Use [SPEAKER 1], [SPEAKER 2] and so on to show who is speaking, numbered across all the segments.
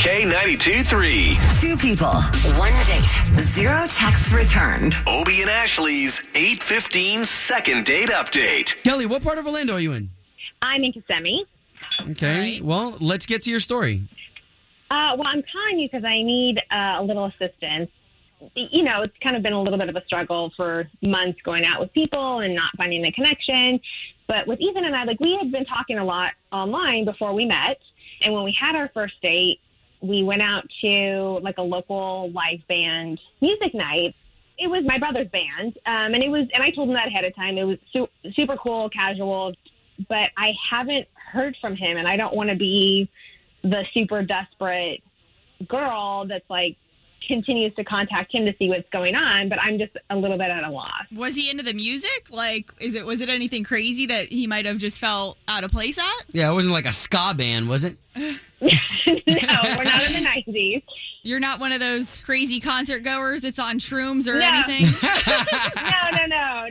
[SPEAKER 1] K92 3.
[SPEAKER 2] Two people, one date, zero texts returned.
[SPEAKER 1] Obie and Ashley's 815 second date update.
[SPEAKER 3] Kelly, what part of Orlando are you in?
[SPEAKER 4] I'm in Kissimmee.
[SPEAKER 3] Okay. Well, let's get to your story.
[SPEAKER 4] Uh, well, I'm calling you because I need uh, a little assistance. You know, it's kind of been a little bit of a struggle for months going out with people and not finding the connection. But with Ethan and I, like we had been talking a lot online before we met, and when we had our first date, we went out to like a local live band music night. It was my brother's band, um, and it was, and I told him that ahead of time. It was su- super cool, casual, but I haven't heard from him, and I don't want to be the super desperate girl that's like continues to contact him to see what's going on, but I'm just a little bit at a loss.
[SPEAKER 5] Was he into the music? Like, is it was it anything crazy that he might have just felt out of place at?
[SPEAKER 3] Yeah, it wasn't like a ska band, was it?
[SPEAKER 4] no, we're not in the 90s.
[SPEAKER 5] You're not one of those crazy concert goers that's on shrooms or
[SPEAKER 4] No.
[SPEAKER 5] anything.
[SPEAKER 4] No, no, no,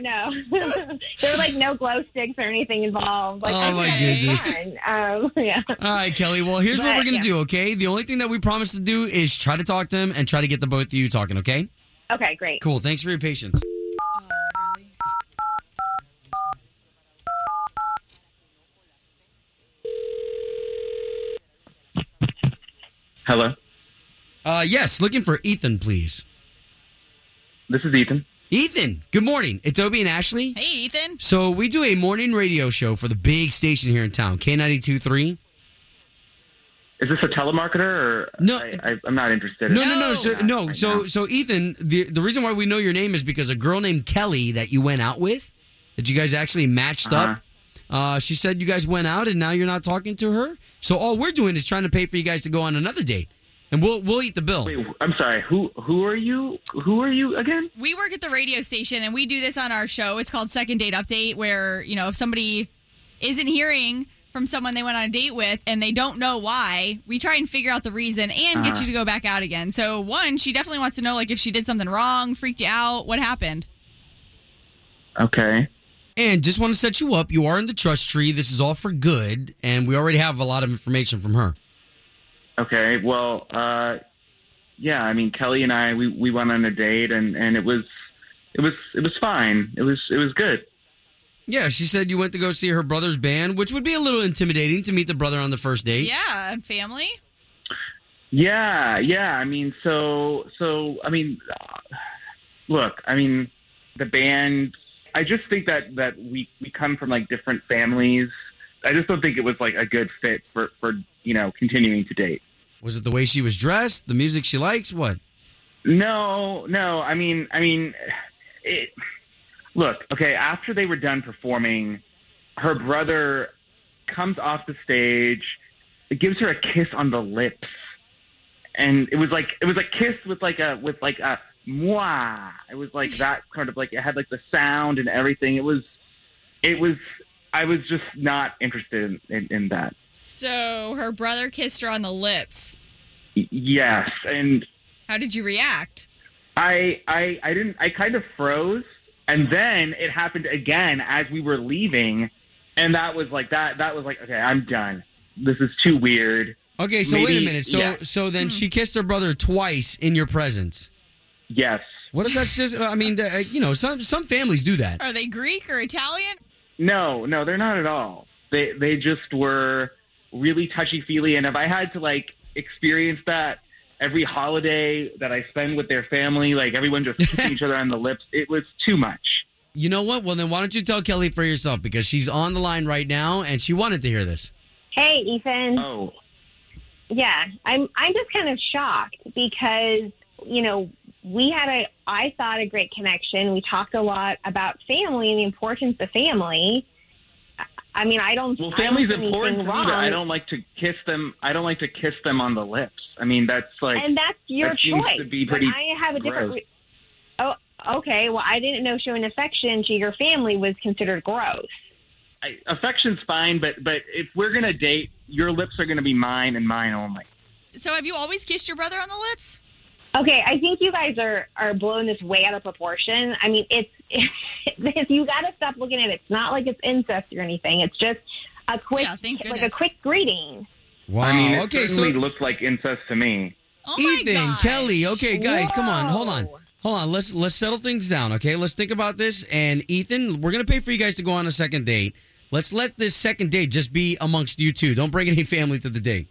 [SPEAKER 4] no. there were like no glow sticks or anything involved. Like,
[SPEAKER 3] Oh, my
[SPEAKER 4] okay,
[SPEAKER 3] goodness.
[SPEAKER 4] fine. Um, yeah.
[SPEAKER 3] All right, Kelly. Well, here's what
[SPEAKER 4] But,
[SPEAKER 3] we're going to
[SPEAKER 4] yeah.
[SPEAKER 3] do, okay? The only thing that we promised to do is try to talk to him and try to get the both of you talking, okay?
[SPEAKER 4] Okay, great.
[SPEAKER 3] Cool. Thanks for your patience.
[SPEAKER 6] Hello,
[SPEAKER 3] Uh, yes, looking for Ethan, please.
[SPEAKER 6] this is Ethan.
[SPEAKER 3] Ethan, good morning. It's Obie and Ashley.
[SPEAKER 5] hey, Ethan.
[SPEAKER 3] So we do a morning radio show for the big station here in town, K92.3.
[SPEAKER 6] Is this a telemarketer? Or
[SPEAKER 3] No.
[SPEAKER 6] I, I, I'm not interested.
[SPEAKER 3] No, no,
[SPEAKER 5] No.
[SPEAKER 3] no, so, no.
[SPEAKER 6] I
[SPEAKER 3] So,
[SPEAKER 6] know.
[SPEAKER 3] so Ethan, the the reason why we know your name is because a girl named Kelly that you went out with, that you guys actually matched up. Uh, she said you guys went out, and now you're not talking to her. So all we're doing is trying to pay for you guys to go on another date, and we'll we'll eat the bill.
[SPEAKER 6] Wait, I'm sorry. Who who are you? Who are you again?
[SPEAKER 5] We work at the radio station and we do this on our show. It's called Second Date Update, where, you know, if somebody isn't hearing from someone they went on a date with and they don't know why, we try and figure out the reason and get you to go back out again. So, one, she definitely wants to know, like, if she did something wrong, freaked you out, what happened?
[SPEAKER 6] Okay.
[SPEAKER 3] And just want to set you up. You are in the trust tree. This is all for good, and we already have a lot of information from her.
[SPEAKER 6] Okay. Well, uh, yeah. I mean, Kelly and I we, we went on a date, and, and it was it was it was fine. It was it was good.
[SPEAKER 3] Yeah, she said you went to go see her brother's band, which would be a little intimidating to meet the brother on the first date.
[SPEAKER 5] Yeah, family.
[SPEAKER 6] Yeah. Yeah. I mean, so so I mean, uh, look. I mean, the band. I just think that that we we come from like different families. I just don't think it was like a good fit for for you know continuing to date.
[SPEAKER 3] Was it the way she was dressed, the music she likes, what?
[SPEAKER 6] No, no. I mean, I mean, it, look. Okay, after they were done performing, her brother comes off the stage, gives her a kiss on the lips, and it was like it was a kiss with like a with like a moi. It was like that kind of like it had like the sound and everything. It was, it was. I was just not interested in, in, in that.
[SPEAKER 5] So, her brother kissed her on the lips.
[SPEAKER 6] Y- Yes, and
[SPEAKER 5] How did you react?
[SPEAKER 6] I, I, I didn't. I kind of froze, and then it happened again as we were leaving, and that was like that. That was like, okay, I'm done. This is too weird.
[SPEAKER 3] Okay, so wait a
[SPEAKER 6] Maybe-
[SPEAKER 3] minute. So
[SPEAKER 6] yeah.
[SPEAKER 3] so
[SPEAKER 5] Hmm.
[SPEAKER 3] then she kissed her brother twice in your presence.
[SPEAKER 6] Yes.
[SPEAKER 3] What if that's just? I mean, the- uh, you know, some some families do that.
[SPEAKER 5] Are they Greek or Italian?
[SPEAKER 6] No, no, they're not at all. They, they just were really touchy feely, and if I had to like experience that every holiday that I spend with their family, like everyone just kissing each other on the lips, it was too much.
[SPEAKER 3] You know what? Well, then why don't you tell Kelly for yourself because she's on the line right now and she wanted to hear this.
[SPEAKER 4] Hey, Ethan.
[SPEAKER 6] Oh,
[SPEAKER 4] Yeah, I'm. I'm just kind of shocked because you know we had a. I thought a great connection. We talked a lot about family and the importance of family. I- I mean, I don't.
[SPEAKER 6] Well,
[SPEAKER 4] I don't
[SPEAKER 6] family's
[SPEAKER 4] see anything
[SPEAKER 6] important to me,
[SPEAKER 4] wrong.
[SPEAKER 6] but I don't like to kiss them. I don't like to kiss them on the lips. I mean, that's like
[SPEAKER 4] and that's your
[SPEAKER 6] that seems
[SPEAKER 4] choice.
[SPEAKER 6] to be
[SPEAKER 4] But
[SPEAKER 6] pretty
[SPEAKER 4] I have a different.
[SPEAKER 6] gross.
[SPEAKER 4] Re- oh, okay. Well, I didn't know showing affection to your family was considered gross.
[SPEAKER 6] I, affection's fine, but but if we're gonna date, your lips are gonna be mine and mine only.
[SPEAKER 5] So, have you always kissed your brother on the lips?
[SPEAKER 4] Okay, I think you guys are are blowing this way out of proportion. I mean, it's, it's you got to stop looking at it. It's not like it's incest or anything. It's just a quick,
[SPEAKER 5] Yeah, thank
[SPEAKER 4] like a
[SPEAKER 5] goodness.
[SPEAKER 4] quick greeting.
[SPEAKER 3] Wow.
[SPEAKER 6] I mean, it
[SPEAKER 3] okay, so
[SPEAKER 6] certainly looked like incest to me.
[SPEAKER 5] Oh my
[SPEAKER 3] Ethan,
[SPEAKER 5] gosh.
[SPEAKER 3] Kelly. Okay, guys, come on. Hold on.
[SPEAKER 7] Whoa.
[SPEAKER 3] Hold on. Let's let's settle things down, okay? Let's think about this. And Ethan, we're gonna pay for you guys to go on a second date. Let's let this second date just be amongst you two. Don't bring any family to the date.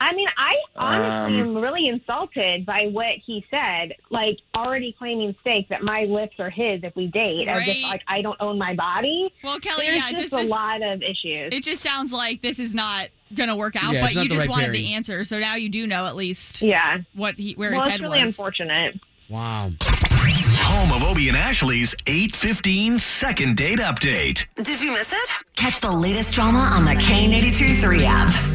[SPEAKER 4] I mean, I honestly
[SPEAKER 6] Um.
[SPEAKER 4] am really insulted by what he said, like already claiming stake that my lips are his if we date, as
[SPEAKER 5] Right.
[SPEAKER 4] if like I don't own my body.
[SPEAKER 5] Well, Kelly,
[SPEAKER 4] There's
[SPEAKER 5] yeah,
[SPEAKER 4] just,
[SPEAKER 5] just
[SPEAKER 4] a
[SPEAKER 5] this-
[SPEAKER 4] lot of issues.
[SPEAKER 5] It just sounds like this is not going to work out,
[SPEAKER 3] Yeah,
[SPEAKER 5] but
[SPEAKER 3] it's not
[SPEAKER 5] you
[SPEAKER 3] the
[SPEAKER 5] just
[SPEAKER 3] right
[SPEAKER 5] wanted
[SPEAKER 3] pairing.
[SPEAKER 5] the answer. So now you do know at least
[SPEAKER 4] yeah.
[SPEAKER 5] what he where
[SPEAKER 4] Well,
[SPEAKER 5] his
[SPEAKER 4] it's
[SPEAKER 5] head
[SPEAKER 4] really
[SPEAKER 5] was.
[SPEAKER 4] unfortunate.
[SPEAKER 3] Wow.
[SPEAKER 1] Home of Obie and Ashley's 815 second date update.
[SPEAKER 2] Did you miss it? Catch the latest drama on the K82 3 app.